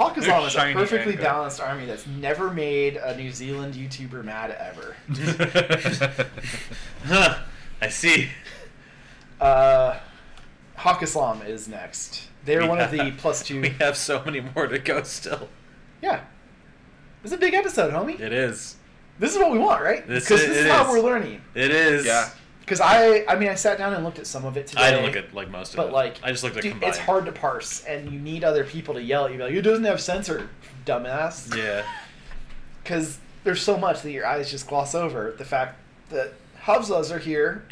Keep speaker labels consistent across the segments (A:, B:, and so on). A: Amazon is a
B: shiny
A: perfectly
B: and good.
A: balanced army that's never made a New Zealand YouTuber mad ever.
B: huh. I see.
A: Uh, Hawk Islam is next. They're
B: We
A: one of the
B: have-
A: plus two.
B: We have so many more to go still.
A: Yeah. This is a big episode, homie.
B: It is.
A: This is what we want, right?
B: This
A: Because this
B: i-
A: is
B: it
A: how
B: is.
A: we're learning.
B: It is.
C: Yeah.
A: Because I, I mean, I sat down and looked at some of it today.
B: I didn't look at like most of it.
A: But like,
B: I just looked at
A: dude,
B: combined.
A: it's hard to parse, and you need other people to yell at you. Like, it doesn't have censor, dumbass.
B: Yeah.
A: Because there's so much that your eyes just gloss over. The fact that Hubslas are here,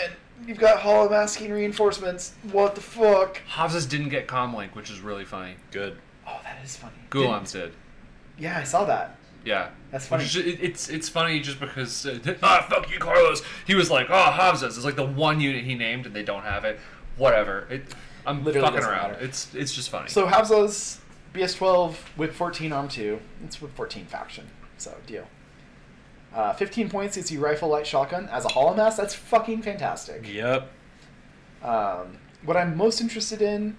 A: and you've got hollow masking reinforcements. What the fuck?
C: Hobbses didn't get comlink, which is really funny.
B: Good.
A: Oh, that is funny.
C: Gulams did.
A: Did- Yeah, I saw that.
C: Yeah.
A: That's funny.
C: Which is- it- it's it's funny just because uh, ah fuck you Carlos. He was like oh Hobbses. It's like the one unit he named and they don't have it. Whatever. It, I'm
A: Literally
C: fucking
A: doesn't
C: around.
A: matter.
C: It's it's just funny.
A: So Hubslas, BS12, Whip 14, Arm 2. It's Whip 14 faction, so deal. Uh, 15 points gets you Rifle Light Shotgun as a hollow mass. That's fucking fantastic.
B: Yep.
A: Um, what I'm most interested in.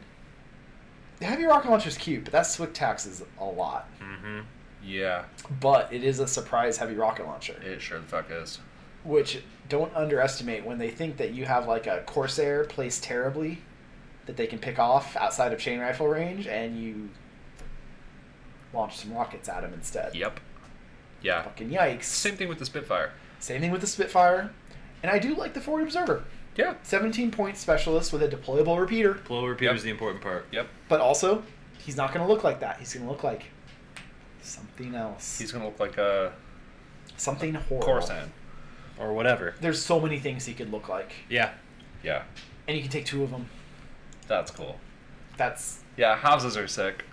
A: Heavy rocket launcher's cute, but that Swick taxes a lot.
B: Mm-hmm.
C: yeah,
A: But it is a surprise heavy rocket launcher,
C: it sure the fuck is.
A: which don't underestimate when they think that you have like a Corsair placed terribly that they can pick off outside of chain rifle range, and you launch some rockets at them instead.
C: Yep. Yeah.
A: Fucking yikes.
C: Same thing with the Spitfire.
A: Same thing with the Spitfire, and I do like the forward observer.
C: Yeah.
A: 17 point specialist with a deployable repeater.
B: Blow repeater
C: Yep.
B: is the important part.
C: Yep.
A: But also, he's not going to look like that. He's going to look like something else.
C: He's gonna look like a
A: something horrible.
C: Coruscant.
B: Or whatever.
A: There's so many things he could look like,
B: Yeah.
C: Yeah.
A: and you can take two of them.
C: That's cool.
A: That's
C: Yeah, houses are sick.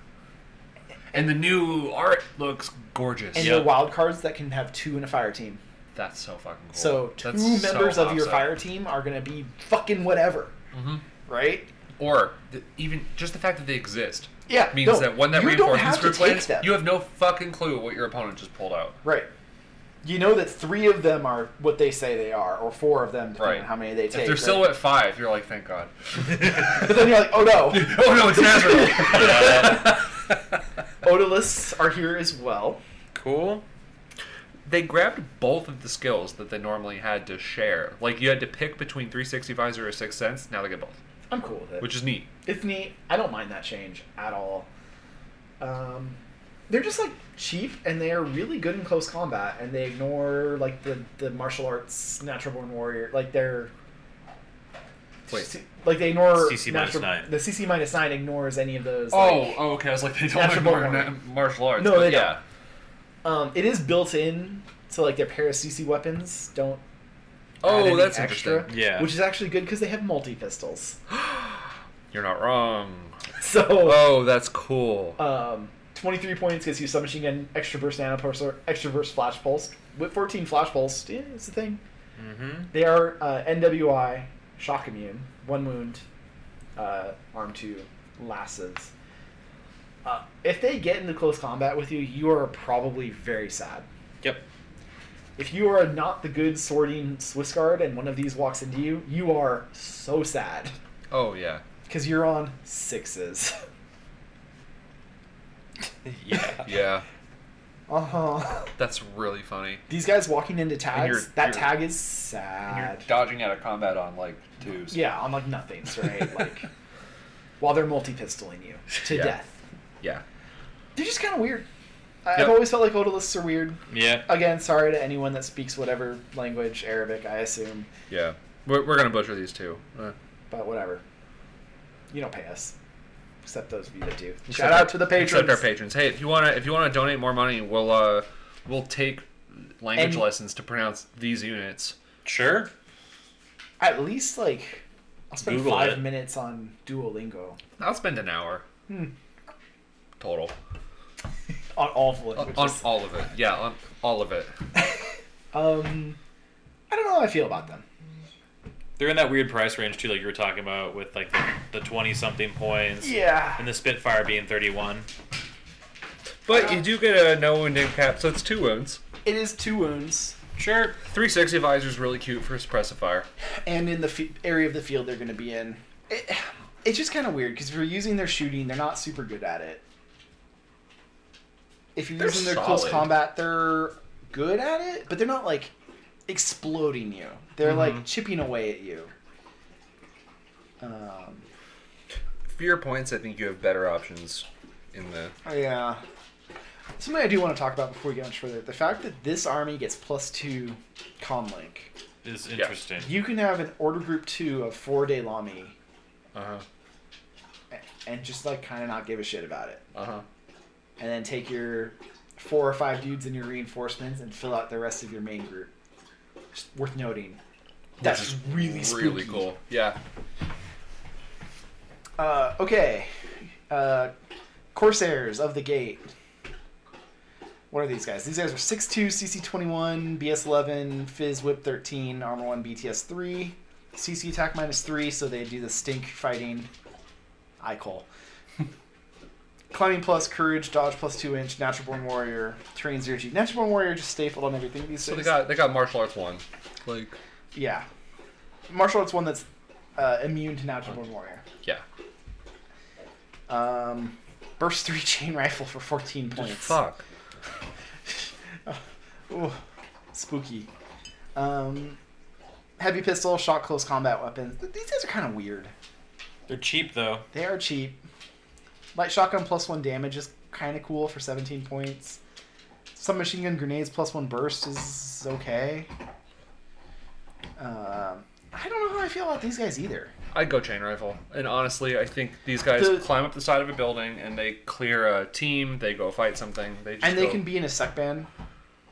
C: And the new art looks gorgeous.
A: and
B: Yeah.
A: the wild cards that can have two in a fire team.
C: That's so fucking cool.
A: So two
C: Oh, That's so
A: members of your
C: Hobbs-y.
A: fire team are going to be fucking whatever,
C: Mhm.
A: right?
C: Or th- even just the fact that they exist
A: Yeah.
C: means
A: no,
C: that when that
A: you don't
C: reinforcements
A: have to
C: group
A: take
C: lands,
A: them.
C: you have no fucking clue what your opponent just pulled out.
A: Right. You know that three of them are what they say they are, or four of them, depending
C: Right.
A: on how many they
C: If
A: take.
C: they're
A: right?
C: still at five, you're like, thank God.
A: But then you're like, oh no,
C: oh no, it's Nazareth.
A: Odalisks are here as well.
B: Cool.
C: they grabbed both of the skills that they normally had to share. Like you had to pick between 365s or Six Sense. Now they get both,
A: I'm cool with it.
C: which is neat.
A: It's neat. I don't mind that change at all. Um, they're just like cheap, and they are really good in close combat, and they ignore like the the martial arts natural born warrior. Like they're
C: Wait.
A: like they ignore
B: CC minus
A: natural,
B: nine.
A: The CC minus nine ignores any of those.
C: Oh,
A: like-
C: oh, okay. I was like, they don't
A: Natural
C: ignore
A: born
C: na- martial arts.
A: No,
C: but
A: they don't.
C: yeah.
A: um, it is built in to like their para CC weapons. Don't. add
C: Oh,
A: any
C: that's
A: extra,
C: interesting.
B: Yeah.
A: which is actually good because they have multi pistols.
C: You're not wrong.
A: So
C: Oh, that's cool.
A: Um, 23 points gets you submachine gun, extra burst nano pulsar, extra burst flash pulse. With 14 flash pulse, yeah, it's a thing.
B: Mm-hmm.
A: They are uh, NWI, shock immune, one wound, uh, arm two, lasses. Uh, if they get into close combat with you, you are probably very sad.
B: Yep.
A: If you are not the good sorting Swiss guard and one of these walks into you, you are so sad
C: oh yeah.
A: because you're on sixes.
B: yeah.
C: Yeah.
A: Uh huh.
C: That's really funny.
A: These guys walking into tags,
C: you're-
A: that
C: you're-
A: tag is
C: And
A: sad.
C: you're dodging out of combat on like twos.
A: Yeah, on like nothings, right? like while they're multi pistoling you to
C: Yeah.
A: death.
C: Yeah.
A: They're just kind of weird. I- I've
C: Yep.
A: always felt like odalisks are weird.
B: Yeah.
A: Again, sorry to anyone that speaks whatever language, Arabic, I assume,
C: Yeah. We're, we're gonna butcher these two. Uh,
A: but whatever. You don't pay us, except those of you that do.
C: except
A: Shout
C: our-
A: out to the
C: Except
A: patrons.
C: our patrons. Hey, if you wanna if you wanna donate more money, we'll uh we'll take language
A: And-
C: lessons to pronounce these units.
B: Sure.
A: At least like I'll spend
B: Google
A: five
B: it.
A: minutes on Duolingo
C: I'll spend an hour
A: Hmm.
C: total
A: on all of the
C: on,
A: languages.
C: on all of it. Yeah, on all of it.
A: um, I don't know how I feel about them.
B: They're in that weird price range too, like you were talking about with like the twenty something points.
A: Yeah.
B: And the Spitfire being thirty one.
C: But you do get a no wound cap, so it's two wounds.
A: It is two wounds.
C: Sure. 360 visor is really cute for a suppressive fire.
A: and in the f- area of the field they're going to be in. It, it's just kind of weird because if you're using their shooting, they're not super good at it. if you're
C: They're
A: using their close
C: solid.
A: combat, they're good at it, but they're not like exploding you. They're
C: Mm-hmm.
A: like chipping away at you. Um,
D: For your points, I think you have better options in the.
A: yeah. Something I do want to talk about before we get much further: the fact that this army gets plus two con link.
B: Is interesting.
A: You can have an order group two of four day Lami
D: Uh huh.
C: Uh-huh,
A: a- and just like kind of not give a shit about it,
D: Uh
C: uh-huh.
D: huh.
A: and then take your four or five dudes and your reinforcements and fill out the rest of your main group. Just worth noting. That's really
D: really
A: spooky.
D: cool. Yeah.
A: Uh, okay. Uh, Corsairs of the Gate. What are these guys? These guys are 6'2, CC21, BS11, Fizz Whip 13, Armor 1, BTS 3, CC attack minus 3, so they do the stink fighting. I call. Climbing plus, Courage, Dodge plus 2 inch, Natural Born Warrior, Terrain 0 G. Natural Born Warrior just stapled on everything these
D: So they
A: days.
D: got they got martial arts one. Like
A: yeah. Martial Arts one that's uh, immune to Natural Born Warrior.
D: yeah.
A: Um, burst three chain rifle for 14 points.
D: Fuck.
A: Ooh, spooky. Um, heavy pistol, shot close combat weapons. Th- These guys are kind of weird.
B: They're cheap though.
A: They are cheap. Light shotgun plus one damage is kind of cool for 17 points. Submachine gun grenades plus one burst is okay. Um, I don't know how I feel about these guys either.
C: I'd go chain rifle. And honestly, I think these guys
A: The-
C: climb up the side of a building and they clear a team. They go fight something. They just
A: And they
C: go-
A: can be in a sec band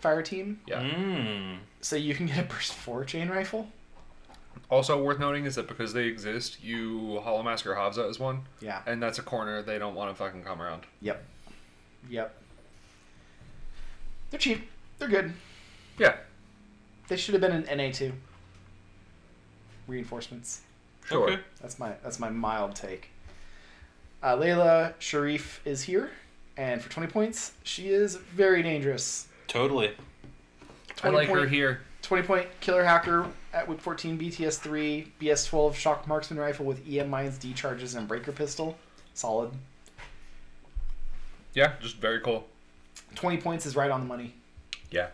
A: fire team,
C: yeah.
B: Mmm.
A: so you can get a burst four chain rifle.
C: Also worth noting is that because they exist, you Hollow Mask or Havza is one,
A: Yeah.
C: and that's a corner they don't want to fucking come around.
A: Yep. Yep. They're cheap. They're good.
C: Yeah,
A: They should have been an NA two. Reinforcements.
D: Sure.
B: Okay.
A: That's my that's my mild take. Uh, Layla Sharif is here, and for twenty points, she is very dangerous.
B: Totally.
C: I like her
A: point,
C: here.
A: Twenty point killer hacker at whip fourteen, BTS three, BS twelve shock marksman rifle with E EM mines, D charges, and breaker pistol. Solid.
C: Yeah, just very cool.
A: Twenty points is right on the money.
D: Yeah.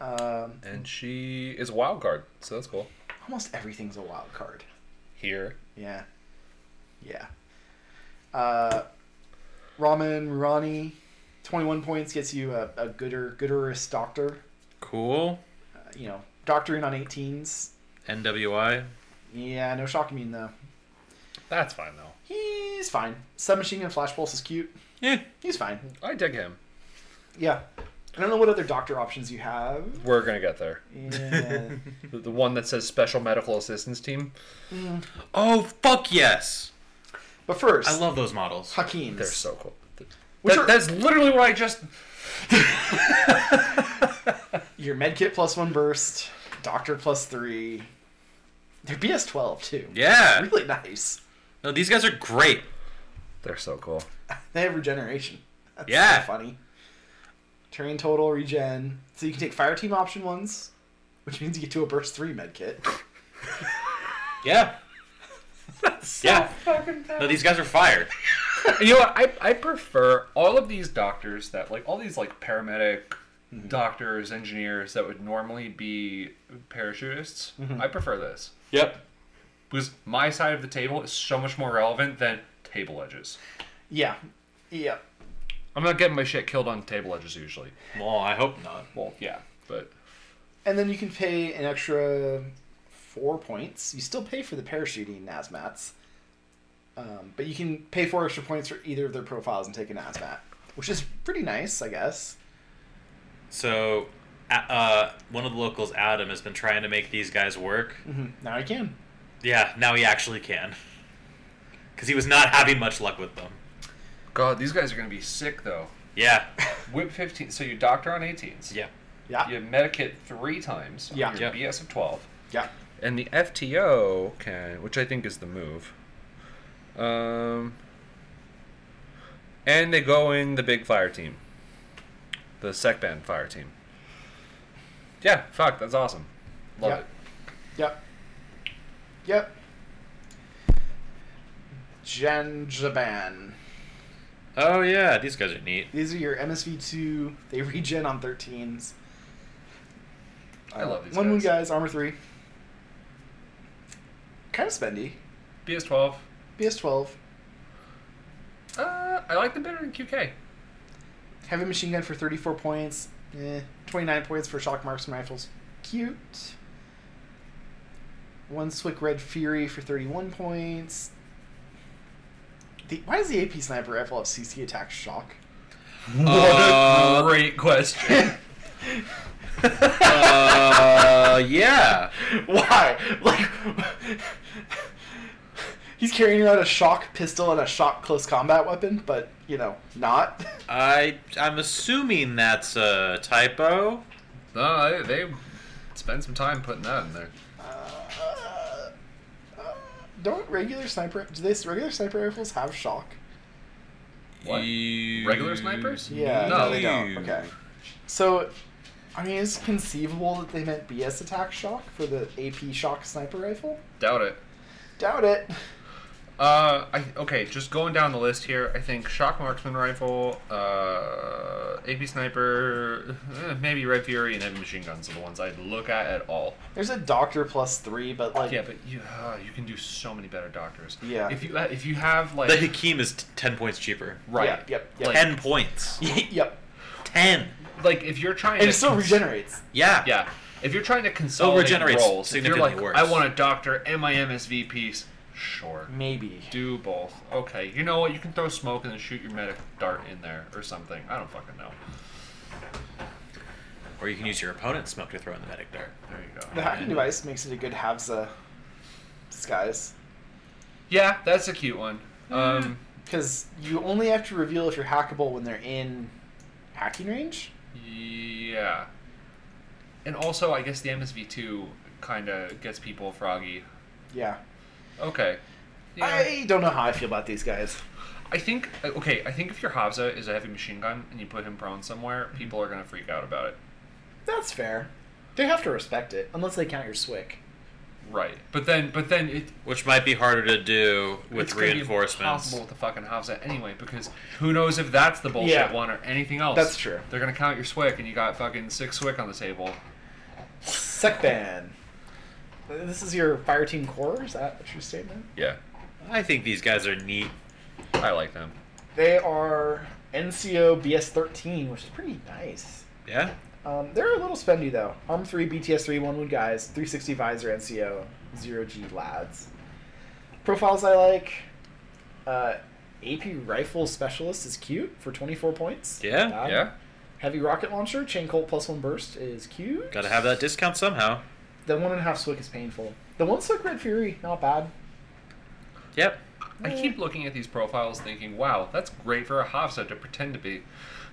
A: Um,
D: And she is a wild card, so that's cool.
A: almost everything's a wild card.
D: Here.
A: Yeah. Yeah. Uh, Ramen Rurani, 21 points gets you a, a gooder, gooderist doctor.
B: Cool.
A: Uh, you know, doctoring on 18s.
B: NWI.
A: Yeah, no shock immune, though.
D: That's fine though.
A: He's fine. Submachine gun flash pulse is cute.
B: Yeah.
A: He's fine.
D: I dig him.
A: Yeah. I don't know what other doctor options you have.
D: We're gonna get there.
A: Yeah.
D: The, the one that says special medical assistance team.
B: Oh fuck yes!
A: but first,
B: I love those models.
A: Hakeem's.
D: They're so cool.
A: Which
D: That-
A: are-
D: That's literally what I just.
A: Your medkit plus one burst, doctor plus three. They're BS 12, too.
B: Yeah.
A: Really nice.
B: No, these guys are great.
D: They're so cool.
A: They have regeneration. That's
B: Yeah.
A: so funny. Terrain total regen. So you can take fire team option ones, which means you get to a burst three med kit.
B: Yeah. yeah.
C: Fucking
B: No, these guys are fire.
C: you know what? I, I prefer all of these doctors that like all these like paramedic Mm-hmm. doctors, engineers that would normally be parachutists. I prefer this
B: Yep.
C: because my side of the table is so much more relevant than table edges.
A: Yeah. Yeah.
C: I'm not getting my shit killed on table edges usually.
B: Well, I hope not.
C: Well, yeah, but
A: And then you can pay an extra four points. You still pay for the parachuting NASMATs. Um, but you can pay four extra points for either of their profiles and take an NASMAT, which is pretty nice, I guess.
B: So, uh, uh, one of the locals, Adam, has been trying to make these guys work.
A: hmm Now I can.
B: Yeah, now he actually can. Because he was not having much luck with them.
C: God, these guys are gonna be sick though.
B: Yeah.
C: Whip 15. So you doctor on 18s.
B: Yeah.
A: Yeah.
C: You medikit three times. on
A: Yeah.
C: Your
B: Yeah.
C: BS of 12.
A: Yeah.
D: And the FTO can, which I think is the move. Um. And they go in the big fire team. The sec band fire team. Yeah, fuck, that's awesome.
C: Love
A: Yeah.
C: it.
A: Yep. Yep. Genjaban.
B: Oh yeah, these guys are neat.
A: These are your MSV two. They regen on thirteens.
C: I love these
A: One wound
C: guys.
A: guys, armor three. Kind of spendy.
C: BS12.
A: BS twelve.
C: Uh, I like them better than QK.
A: Heavy machine gun for 34 points. Eh, 29 points for shock marksman rifles. Cute. One Swick Red Fury for 31 points. The, why does the AP sniper rifle have CC attack shock?
C: What a
B: Uh,
C: great question.
B: Uh, yeah.
A: Why? Like, he's carrying around a shock pistol and a shock close combat weapon, but, you know, not.
B: I I'm assuming that's a typo.
C: no, they, they spend some time putting that in there.
A: Uh, uh, don't regular sniper do they regular sniper rifles have shock?
C: What?
B: You-
C: Regular snipers?
A: Yeah,
C: No.
A: no, they don't.
B: You-
A: Okay. So, I mean, it's conceivable that they meant BS attack shock for the AP shock sniper rifle.
C: Doubt it.
A: Doubt it.
C: Uh, I, okay, just going down the list here, I think shock marksman rifle, uh, AP sniper, eh, maybe red fury, and heavy machine guns are the ones I'd look at at all.
A: There's a doctor plus three, but like,
C: Yeah, but you uh, you can do so many better doctors.
A: Yeah.
C: If you uh, if you have like
B: The Hakim is t- ten points cheaper.
C: right,
A: Yeah, yep, yep.
C: Like,
B: ten points.
A: yep.
B: Ten.
C: like if you're trying
A: And
C: to
A: it still
C: cons-
A: regenerates.
B: Yeah.
C: Yeah. If you're trying to consolidate
B: regenerates
C: roles, if you're like,
B: significantly worse.
C: I want a doctor and my MSV piece, sure.
A: Maybe.
C: Do both. Okay. You know what? You can throw smoke and then shoot your medic dart in there or something. I don't fucking know.
B: Or you can use your opponent's smoke to throw in the medic dart.
C: There you go.
A: The hacking device makes it a good Havza disguise.
C: Yeah, that's a cute one. Um,
A: Because you only have to reveal if you're hackable when they're in hacking range.
C: yeah. And also, I guess the MSV2 kind of gets people froggy.
A: Yeah.
C: Okay. Yeah.
A: I don't know how I feel about these guys.
C: I think uh, okay. I think if your Havza is a heavy machine gun and you put him prone somewhere,
A: Mm-hmm.
C: people are gonna freak out about it.
A: That's fair. They have to respect it, unless they count your Swick.
C: Right. But then, but then it
B: Which might be harder to do with
C: it's gonna be
B: reinforcements.
C: impossible with the fucking Havza anyway, because who knows if that's the bullshit
A: Yeah.
C: one or anything else.
A: That's true.
C: They're gonna count your swick, and you got fucking six swick on the table.
A: Sekban. This is your fire team core. Is that a true statement?
D: Yeah,
B: I think these guys are neat.
D: I like them.
A: They are NCO BS thirteen, which is pretty nice.
B: Yeah.
A: Um, they're a little spendy though. Arm three, BTS three, one wound guys, three sixty visor NCO, zero G lads. Profiles I like. Uh, AP rifle specialist is cute for twenty four points.
B: Yeah,
A: Not bad.
D: yeah,
A: Heavy rocket launcher, chain colt plus one burst is cute.
B: Got to have that discount somehow.
A: The one and a half swick is painful. The one swick red fury, not bad.
B: Yep.
C: I keep looking at these profiles, thinking, "Wow, that's great for a Havza to pretend to be."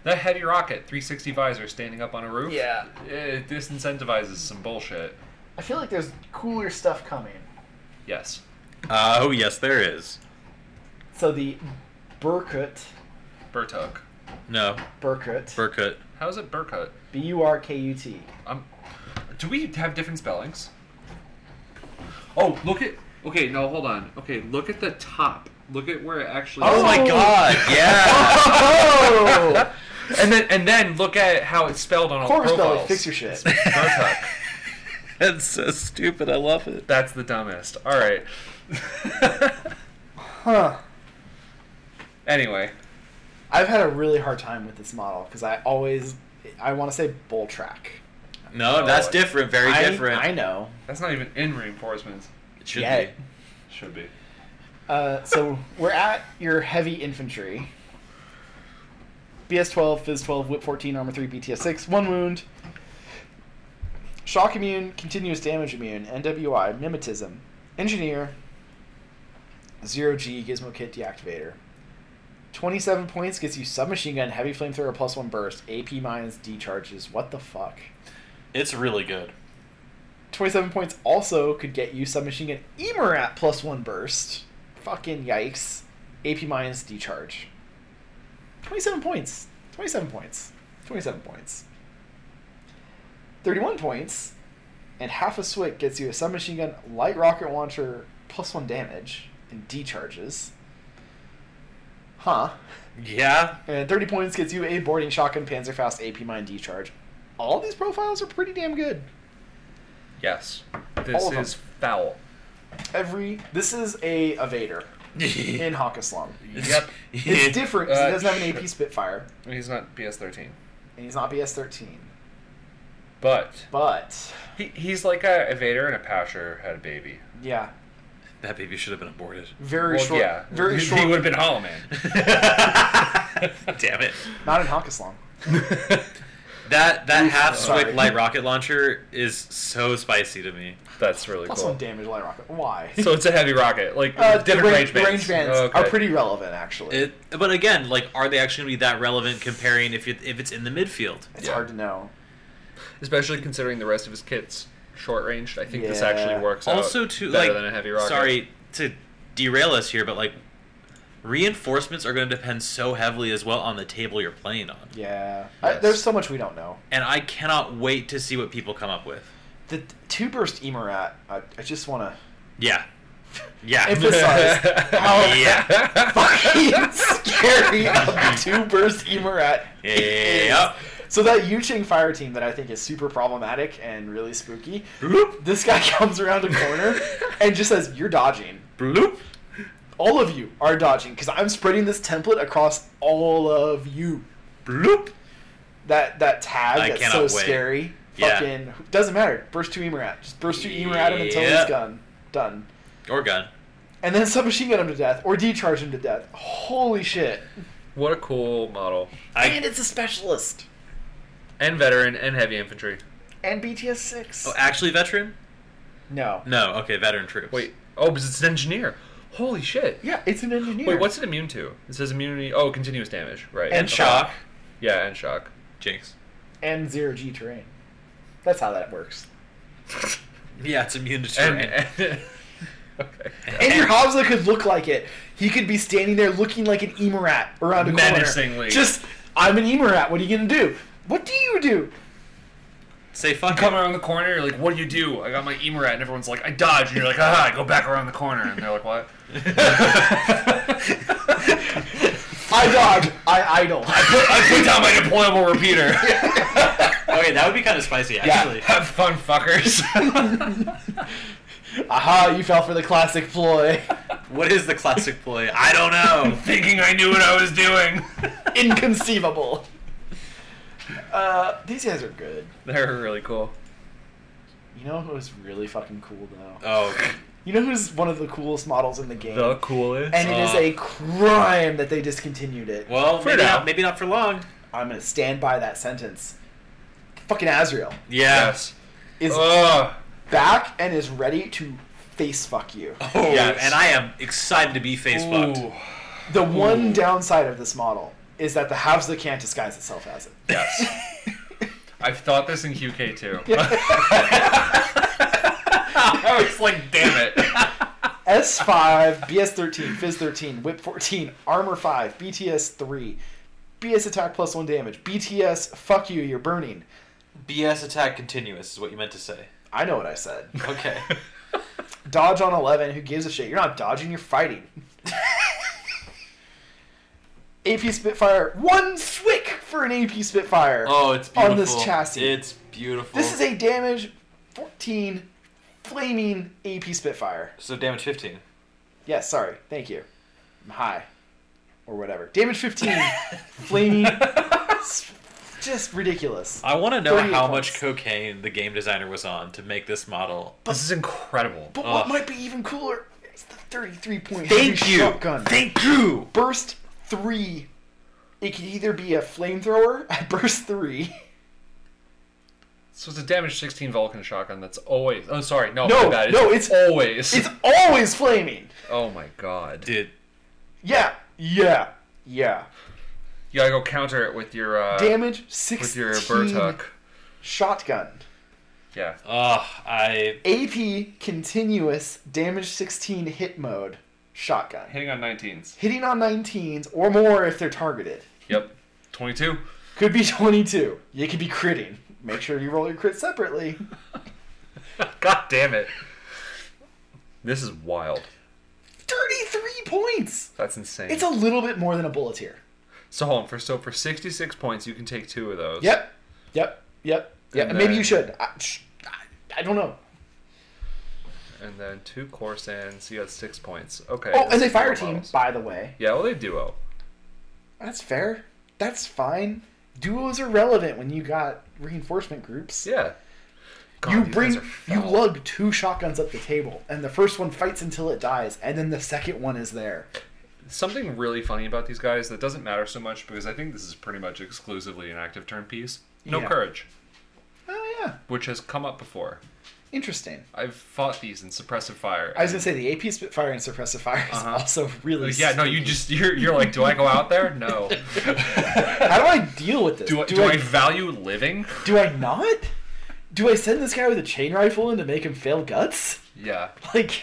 C: That heavy rocket, 360 visor, standing up on a roof.
A: Yeah.
C: It disincentivizes some bullshit.
A: I feel like there's cooler stuff coming.
C: Yes.
B: Oh yes, there is.
A: So the Burkut,
C: Burtuk.
B: No,
A: Burkut,
B: Burkut.
C: How is it Burkut?
A: B U R K U T.
C: Um, do we have different spellings? Oh, look at. Okay, no, hold on. Okay, look at the top. Look at where it actually.
B: Oh my
A: Oh.
B: God! Yeah.
A: Oh!
C: and then and then look at how it's spelled on all
A: Corpus
C: the profiles.
A: belly, fix your shit.
C: Burtuk.
B: That's so stupid. I love it.
C: That's the dumbest. All right.
A: Huh.
C: anyway,
A: I've had a really hard time with this model because I always, I want to say bull track.
B: No, that's
C: Oh.
B: different. Very
A: I,
B: different.
A: I know.
C: that's not even in reinforcements.
B: It should
A: Yeah.
B: be.
C: Should be.
A: Uh, so we're at your heavy infantry. BS 12, Fizz 12, Whip 14, Armor 3, BTS 6, 1 wound. Shock immune, continuous damage immune, NWI, mimetism, engineer, 0G, gizmo kit deactivator. 27 points gets you submachine gun, heavy flamethrower, plus 1 burst, AP mines, decharges. What the fuck?
B: It's really good.
A: 27 points also could get you submachine gun Emirat plus one burst. Fucking yikes. AP minus decharge. 27 points. 27 points. 27 points. 31 points. And half a swick gets you a submachine gun, light rocket launcher, plus one damage, and decharges. Huh.
B: Yeah.
A: And 30 points gets you a boarding shotgun, Panzerfaust, AP Mine, D charge. All these profiles are pretty damn good.
D: Yes. This
A: All of them.
D: is foul.
A: Every this is a evader in Hawkislung.
D: Yep.
A: It's different because
D: Uh,
A: he doesn't have an
D: sure.
A: AP Spitfire
D: He's not PS13.
A: and he's not BS 13.
D: But
A: But
D: he, he's like a evader and a pasher had a baby.
A: yeah,
B: That baby should have been aborted.
A: very
D: well,
A: short.
D: yeah.
A: Very
D: he,
A: short.
D: He would have been Hollow Man.
B: Damn it.
A: Not in Hawkislung.
B: That that half
A: sorry.
B: swipe light rocket launcher is so spicy to me.
D: That's really
A: Plus
D: cool.
A: one damage light rocket. Why?
D: So it's a heavy rocket, like
A: Uh, the
D: different range
A: range,
D: bands.
A: the range bands
D: Okay.
A: are pretty relevant actually.
B: It, but again, like, are they actually going to be that relevant comparing if it, if it's in the midfield?
A: it's
D: yeah.
A: hard to know.
D: especially considering the rest of his kit's short ranged. I think this
A: Yeah.
D: actually works
B: also,
D: out
B: to
D: better
B: like,
D: than a heavy rocket.
B: sorry to derail us here, but like, reinforcements are going to depend so heavily as well on the table you're playing on,
A: Yeah, I,
D: Yes.
A: there's so much we don't know.
B: and I cannot wait to see what people come up with.
A: The two burst Emerat. I, I just want to
B: Yeah, yeah.
A: emphasize how
B: Yeah.
A: fucking scary of two burst Emerat.
B: Yeah.
A: So that Yuching fire team that I think is super problematic and really spooky. This guy comes around a corner and just says, "You're dodging."
B: Bloop.
A: All of you are dodging because I'm spreading this template across all of you.
B: Bloop.
A: That that tag
B: I
A: that's
B: cannot
A: so
B: wait.
A: scary.
B: Yeah.
A: Fucking doesn't matter. Burst two Emerat. Just burst two Emerat him until he's
B: Yeah.
A: gone. Done.
B: Or gun.
A: and then submachine gun him to death or decharge him to death. Holy shit!
D: what a cool model.
A: and
B: I,
A: it's a specialist
D: And veteran and heavy infantry.
A: and BTS six.
B: oh, actually, veteran?
A: no,
B: No. Okay, veteran troops.
D: Wait, oh, but it's an engineer. Holy shit.
A: yeah, it's an engineer.
D: Wait, what's it immune to? It says immunity. Oh, continuous damage. Right.
B: and
A: Okay.
B: shock.
D: yeah, and shock.
B: Jinx.
A: and zero G terrain? That's how that works.
B: Yeah, it's immune to
D: And,
B: terrain.
D: and- okay.
A: And your Hamza could look like it. He could be standing there looking like an emerat around a corner.
D: Menacingly.
A: Just, I'm an emerat. What are you gonna do? What do you do?
B: Say fuck.
C: Come
B: it.
C: around the corner, you're like, what do you do? I got my emerat, and everyone's like, I dodge, and you're like, ah, I go back around the corner, and they're like, what?
A: I dodge. I idle.
C: I put down my deployable repeater.
B: Okay, that would be kind of spicy, actually.
C: Have fun, fuckers.
A: Aha! You fell for the classic ploy.
B: What is the classic ploy? I don't know.
C: Thinking I knew what I was doing.
A: Inconceivable. Uh, these guys are good.
D: They're really cool.
A: You know who's really fucking cool though?
B: Oh,
A: You know who's one of the coolest models in the game?
D: The coolest.
A: and it is
B: Uh.
A: a crime that they discontinued it.
B: well,
D: For
B: maybe
D: now.
B: not, maybe not for long.
A: I'm gonna stand by that sentence. Fucking Azrael
B: Yeah.
D: Yes.
A: is
C: Uh.
D: Ugh.
A: back and is ready to face fuck you.
B: Oh,
D: Yes.
B: and I am excited to be face fucked.
D: Ooh.
A: The one downside of this model is that the Havza can't disguise itself as it.
D: Yes.
C: I've thought this in QK too.
D: I was like, damn it.
A: S5, BS13, Fizz13, Whip14, Armor5, BTS3, BS attack plus one damage, BTS, fuck you, you're burning.
B: BS attack continuous is what you meant to say.
A: I know what I said.
B: Okay.
A: Dodge on 11. Who gives a shit? You're not dodging, you're fighting. AP Spitfire. One swick for an AP Spitfire.
B: oh, it's beautiful.
A: On this chassis.
B: It's beautiful.
A: This is a damage 14 flaming AP Spitfire.
B: So damage 15.
A: Yes, sorry. Thank you. I'm high. Or whatever. Damage 15. flaming. s- Just ridiculous.
B: I want to know
A: 38
B: how
A: points.
B: much cocaine the game designer was on to make this model.
C: This is incredible.
A: But what
B: Ugh.
A: might be even cooler is the 33 point
B: uh. Thank you.
A: shotgun.
B: Thank you.
A: burst three. It could either be a flamethrower at burst three.
D: So it's a damage 16 Vulcan shotgun that's always. Oh, sorry. No,
A: No,
D: my bad.
A: no, it's-
D: always.
A: It's always flaming.
D: oh my god.
B: Dude,
A: Yeah, yeah, yeah.
D: You gotta go counter it with your. Uh,
A: Damage
D: With
A: sixteen.
D: your Burtuk.
A: Shotgun.
D: Yeah.
B: oh, I
A: AP continuous damage sixteen hit mode. Shotgun.
D: Hitting on 19s.
A: Hitting on 19s or more if they're targeted.
D: Yep. 22.
A: Could be 22. You could be critting. Make sure you roll your crit separately.
D: God damn it. This is wild.
A: 33 points!
D: That's insane.
A: It's a little bit more than a bullet here.
C: So hold on. For so for sixty six points, you can take two of those.
A: Yep. Yep. Yep. Yep.
C: And
A: And maybe
C: then-
A: you should. I, sh- I, I don't know.
C: And then two core sands. You got six points. Okay.
A: Oh, and
C: that's
A: they fire
C: four
A: team,
C: models.
A: by the way.
C: Yeah, well they duo.
A: That's fair. That's fine. Duos are relevant when you got reinforcement groups.
C: Yeah. God,
A: you
C: these
A: bring,
C: guys are
A: you
C: foul.
A: lug two shotguns up the table, and the first one fights until it dies, and then the second one is there.
C: Something really funny about these guys that doesn't matter so much because I think this is pretty much exclusively an active turn piece. No
A: Yeah.
C: courage,
A: Oh yeah,
C: which has come up before.
A: interesting.
C: I've fought these in suppressive fire.
A: I was gonna say the AP Spitfire and Suppressive Fire is
C: Uh-huh.
A: also really.
C: yeah, no, you just you're, you're like, do I go out there? No.
A: How do I deal with this?
C: Do I, do I value living?
A: do I not? Do I send this guy with a chain rifle in to make him fail guts?
C: Yeah.
A: Like,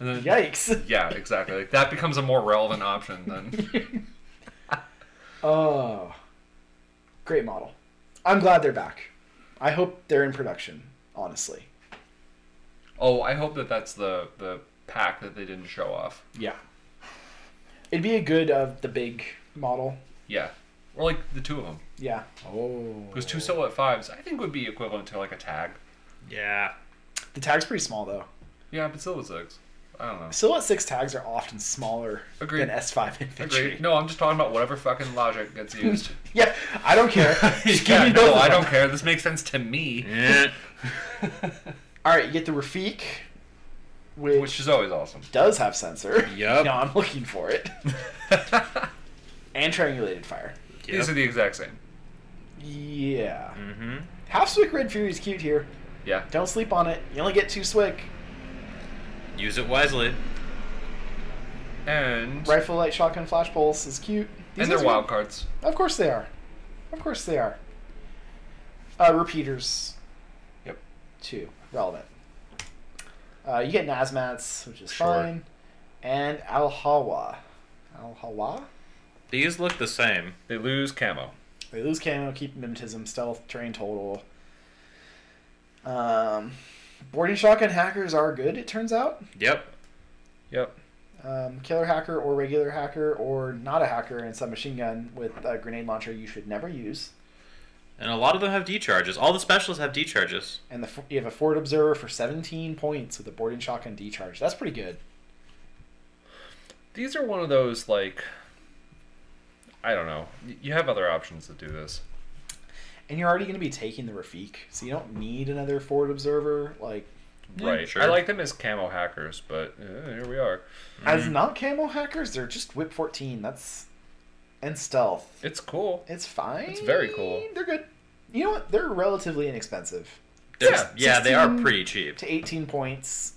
C: And then-
A: yikes.
C: Yeah, exactly. Like that becomes a more relevant option than
A: Oh, great model. I'm glad they're back. I hope they're in production. Honestly.
C: Oh, I hope that that's the the pack that they didn't show off.
A: Yeah. It'd be a good of the big model.
C: Yeah. Or like the two of them.
A: Yeah. Oh.
C: Because two silhouette fives I think would be equivalent to like a tag.
B: Yeah.
A: The tag's pretty small though.
C: Yeah, but silhouette six. I don't know.
A: Silhouette six tags are often smaller
C: Agreed.
A: than S five infantry.
C: Agreed. No, I'm just talking about whatever fucking logic gets used.
A: Yeah, I don't care. Just give
C: Yeah,
A: me both.
C: no,
A: of
C: I
A: them.
C: don't care. This makes sense to me.
B: Eh.
A: All right, you get the Rafik, which,
C: Which is always awesome.
A: does have sensor.
B: Yup.
A: No, I'm looking for it. and triangulated fire.
C: These are the exact same.
A: Yeah.
B: mm-hmm.
A: Half Swick Red Fury's cute here.
C: Yeah.
A: Don't sleep on it. You only get two Swick.
B: Use it wisely.
C: And
A: Rifle light shotgun flash pulse is cute. These
C: and they're
A: guys are
C: wild
A: good.
C: cards.
A: Of course they are. Of course they are. Uh, repeaters,
C: Yep.
A: too. Relevant. Uh, you get Nazmats, which is
C: Sure.
A: fine. And Al Hawa. Al Hawa?
B: These look the same.
C: They lose camo.
A: They lose camo, keep mimetism, stealth, terrain total. Um, boarding shotgun hackers are good, it turns out.
B: Yep.
C: Yep.
A: Um, killer hacker or regular hacker or not a hacker and submachine gun with a grenade launcher you should never use.
B: And a lot of them have D charges. All the specialists have D charges.
A: And the, f- you have a forward observer for 17 points with a boarding shotgun decharge. That's pretty good.
C: These are one of those like I don't know. Y- You have other options to do this.
A: And you're already going to be taking the Rafik, so you don't need another forward observer. Like,
C: right.
B: sure.
C: I like them as camo hackers, but uh, here we are. Mm-hmm.
A: as not camo hackers, they're just whip 14. That's. And stealth.
C: It's cool.
A: It's fine.
C: It's very cool.
A: They're good. You know what? They're relatively inexpensive.
B: They're-
C: Yeah.
B: yeah, they are
A: 16
B: pretty cheap.
A: To 18 points.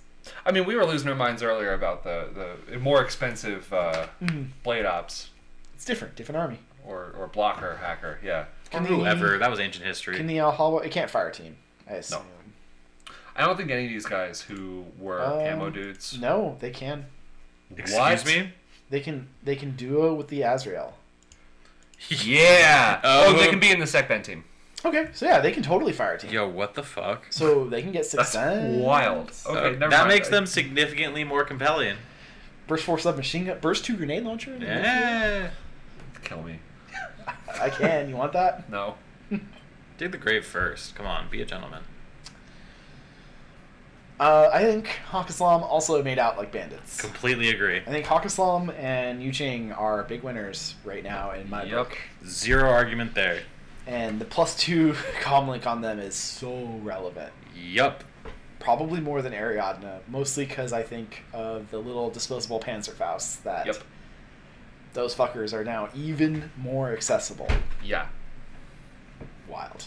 C: I mean, we were losing our minds earlier about the the more expensive uh,
A: Mm-hmm.
C: blade ops
A: It's different. Different army.
C: or or blocker hacker. Yeah.
B: Or
A: Can the-
B: whoever. That was ancient history.
A: Can the Al Halwa. It can't fire team, I assume.
C: I don't think any of these guys who were
A: Um,
C: camo dudes.
A: No, they can.
B: Excuse
C: What?
B: me?
A: They can They can duo with the Azrael.
C: Yeah.
B: Oh,
C: oh, they
B: who-
C: can be in the secban team.
A: Okay, so yeah, they can totally fire team.
B: Yo, what the fuck?
A: So they can get six
C: That's
A: cents.
C: wild. Okay,
B: Uh,
C: never
B: that
C: mind.
B: makes
C: I-
B: them significantly more compelling.
A: Burst 4 submachine gun. Burst 2 grenade launcher?
B: Yeah.
C: kill me.
A: I can. You want that?
C: No.
B: Dig the grave first. Come on, be a gentleman.
A: Uh, I think Hawk Islam also made out like bandits.
B: Completely agree.
A: I think Hawk Islam and Yu Ching are big winners right now in my
C: Yup.
A: book.
B: Zero argument there.
A: and the plus two comm link on them is so relevant.
B: Yup.
A: Probably more than Ariadna, mostly because I think of the little disposable Panzerfaust that
C: Yep.
A: those fuckers are now even more accessible.
C: Yeah.
A: Wild.